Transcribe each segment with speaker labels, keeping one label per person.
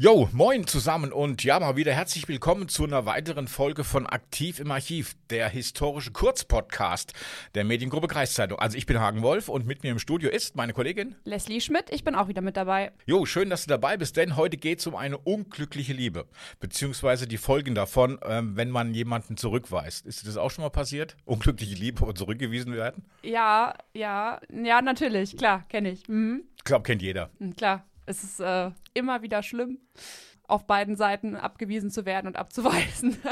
Speaker 1: Jo, moin zusammen und ja, mal wieder herzlich willkommen zu einer weiteren Folge von Aktiv im Archiv, der historische Kurzpodcast der Mediengruppe Kreiszeitung. Also ich bin Hagen Wolf und mit mir im Studio ist meine Kollegin.
Speaker 2: Leslie Schmidt, ich bin auch wieder mit dabei.
Speaker 1: Jo, schön, dass du dabei bist, denn heute geht es um eine unglückliche Liebe, beziehungsweise die Folgen davon, ähm, wenn man jemanden zurückweist. Ist dir das auch schon mal passiert? Unglückliche Liebe und zurückgewiesen werden?
Speaker 2: Ja, ja, ja, natürlich, klar, kenne ich. Mhm.
Speaker 1: Ich glaube, kennt jeder.
Speaker 2: Mhm, Klar, es ist äh, immer wieder schlimm, auf beiden Seiten abgewiesen zu werden und abzuweisen.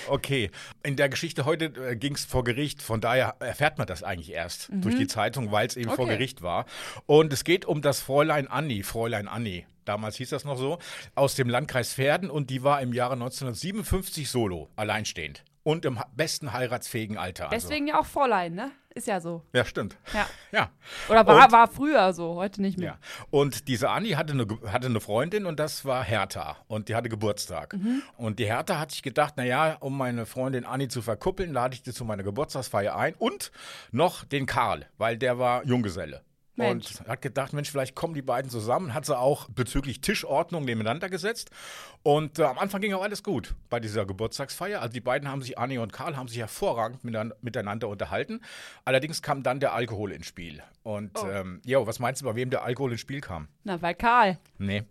Speaker 1: Also. Okay, in der Geschichte heute ging es vor Gericht, von daher erfährt man das eigentlich erst durch die Zeitung, weil es eben vor
Speaker 2: Okay.
Speaker 1: Gericht war. Und es geht um das Fräulein Anni, Fräulein Anni, damals hieß das noch so, aus dem Landkreis Verden und die war im Jahre 1957 solo, alleinstehend und im ha- besten heiratsfähigen Alter. Also.
Speaker 2: Deswegen ja auch Fräulein, ne? Ist ja so.
Speaker 1: Ja, stimmt.
Speaker 2: Ja.
Speaker 1: Ja.
Speaker 2: Oder war,
Speaker 1: Und-
Speaker 2: war früher so, heute nicht mehr.
Speaker 1: Ja. Und diese Anni hatte eine, Ge- hatte eine Freundin und das war Hertha. Und die hatte Geburtstag. Und die Hertha hat sich gedacht, naja, um meine Freundin Anni zu verkuppeln, lade ich die zu meiner Geburtstagsfeier ein und noch den Karl, weil der war Junggeselle.
Speaker 2: Mensch.
Speaker 1: Und hat gedacht, Mensch, vielleicht kommen die beiden zusammen. Hat sie auch bezüglich Tischordnung nebeneinander gesetzt. Und äh, am Anfang ging auch alles gut bei dieser Geburtstagsfeier. Also die beiden haben sich, Anni und Karl, haben sich hervorragend mitein- miteinander unterhalten. Allerdings kam dann der Alkohol ins Spiel. Und, ähm, jo, was meinst du, bei wem der Alkohol ins Spiel kam?
Speaker 2: Na, weil Karl.
Speaker 1: Nee.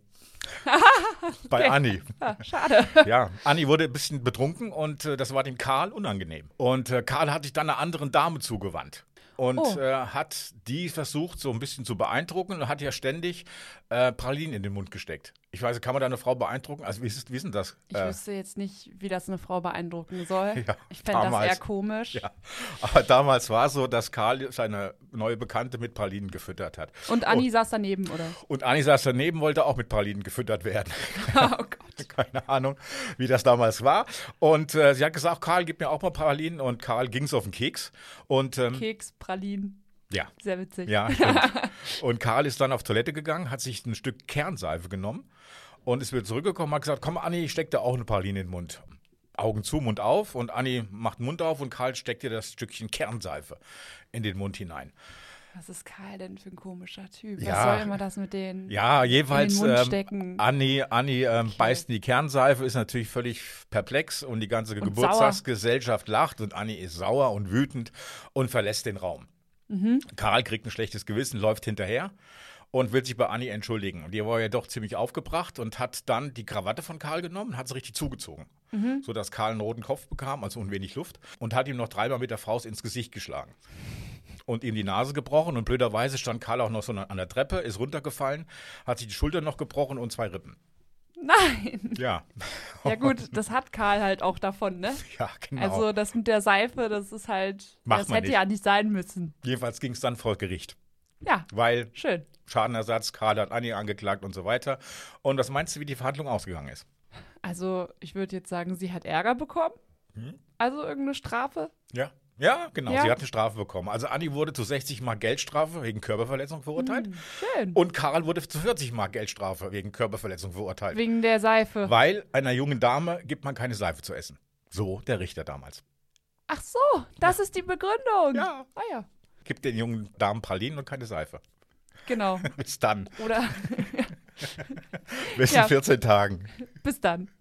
Speaker 1: Bei Anni.
Speaker 2: Ja, Ah, schade.
Speaker 1: Ja, Anni wurde ein bisschen betrunken und äh, das war dem Karl unangenehm. Und äh, Karl hat sich dann einer anderen Dame zugewandt. Und
Speaker 2: Oh.
Speaker 1: äh, hat die versucht, so ein bisschen zu beeindrucken und hat ja ständig äh, Pralinen in den Mund gesteckt. Ich weiß, kann man da eine Frau beeindrucken? Also, wie ist, wie ist denn das?
Speaker 2: Ich wüsste jetzt nicht, wie das eine Frau beeindrucken soll.
Speaker 1: Äh. Ja,
Speaker 2: ich fände das
Speaker 1: damals.
Speaker 2: eher komisch.
Speaker 1: ja. Äh, Aber damals war es so, dass Karl seine neue Bekannte mit Pralinen gefüttert hat.
Speaker 2: Und Anni saß daneben, oder?
Speaker 1: Und Anni saß daneben, wollte auch mit Pralinen gefüttert werden.
Speaker 2: oh Gott.
Speaker 1: Keine Ahnung, wie das damals war. Und äh, sie hat gesagt, Karl, gib mir auch mal Pralinen. Und Karl ging es auf den Keks. Und ähm,
Speaker 2: Keks, Pralinen,
Speaker 1: ja,
Speaker 2: sehr witzig.
Speaker 1: ja. stimmt. und Karl ist dann auf Toilette gegangen, hat sich ein Stück Kernseife genommen und ist wieder zurückgekommen, hat gesagt, komm Anni, ich steck dir auch eine Praline in den Mund. Augen zu, Mund auf und Anni macht den Mund auf und Karl steckt ihr das Stückchen Kernseife in den Mund hinein.
Speaker 2: Was ist Karl denn für ein komischer Typ?
Speaker 1: Ja.
Speaker 2: Was soll immer das mit denen?
Speaker 1: Ja, jeweils
Speaker 2: Mund
Speaker 1: ähm,
Speaker 2: stecken.
Speaker 1: Anni, Anni ähm, beißt in die Kernseife, ist natürlich völlig perplex und die ganze Geburtstagsgesellschaft lacht und Anni ist sauer und wütend und verlässt den Raum.
Speaker 2: Mhm.
Speaker 1: Karl kriegt ein schlechtes Gewissen, läuft hinterher und will sich bei Anni entschuldigen. Und die war ja doch ziemlich aufgebracht und hat dann die Krawatte von Karl genommen und hat sie richtig zugezogen,
Speaker 2: Mhm.
Speaker 1: sodass Karl einen roten Kopf bekam, also unwenig Luft, und hat ihm noch dreimal mit der Faust ins Gesicht geschlagen und ihm die Nase gebrochen und blöderweise stand Karl auch noch so an der Treppe, ist runtergefallen, hat sich die Schulter noch gebrochen und zwei Rippen.
Speaker 2: Nein.
Speaker 1: Ja,
Speaker 2: Ja gut, das hat Karl halt auch davon, ne?
Speaker 1: ja, genau.
Speaker 2: Also das mit der Seife, das ist halt,
Speaker 1: Macht
Speaker 2: das
Speaker 1: man
Speaker 2: hätte
Speaker 1: nicht.
Speaker 2: ja nicht sein müssen.
Speaker 1: Jedenfalls ging es dann vor Gericht,
Speaker 2: Ja,
Speaker 1: weil
Speaker 2: schön.
Speaker 1: Schadenersatz, Karl hat Anni angeklagt und so weiter. Und was meinst du, wie die Verhandlung ausgegangen ist?
Speaker 2: Also ich würde jetzt sagen, sie hat Ärger bekommen.
Speaker 1: Hm?
Speaker 2: Also irgendeine Strafe.
Speaker 1: Ja. Ja, genau.
Speaker 2: Ja.
Speaker 1: Sie hat eine Strafe bekommen. Also Anni wurde zu 60 Mark Geldstrafe wegen Körperverletzung verurteilt.
Speaker 2: Hm. Schön.
Speaker 1: Und Karl wurde zu 40 Mark Geldstrafe wegen Körperverletzung verurteilt.
Speaker 2: Wegen der Seife.
Speaker 1: Weil einer jungen Dame gibt man keine Seife zu essen. So der Richter damals.
Speaker 2: Ach so, das ist die Begründung.
Speaker 1: Ja.
Speaker 2: Ah ja,
Speaker 1: Gibt den jungen Damen Pralinen und keine Seife.
Speaker 2: genau.
Speaker 1: Bis dann.
Speaker 2: Oder
Speaker 1: Bis
Speaker 2: Ja.
Speaker 1: in 14 Tagen.
Speaker 2: bis dann.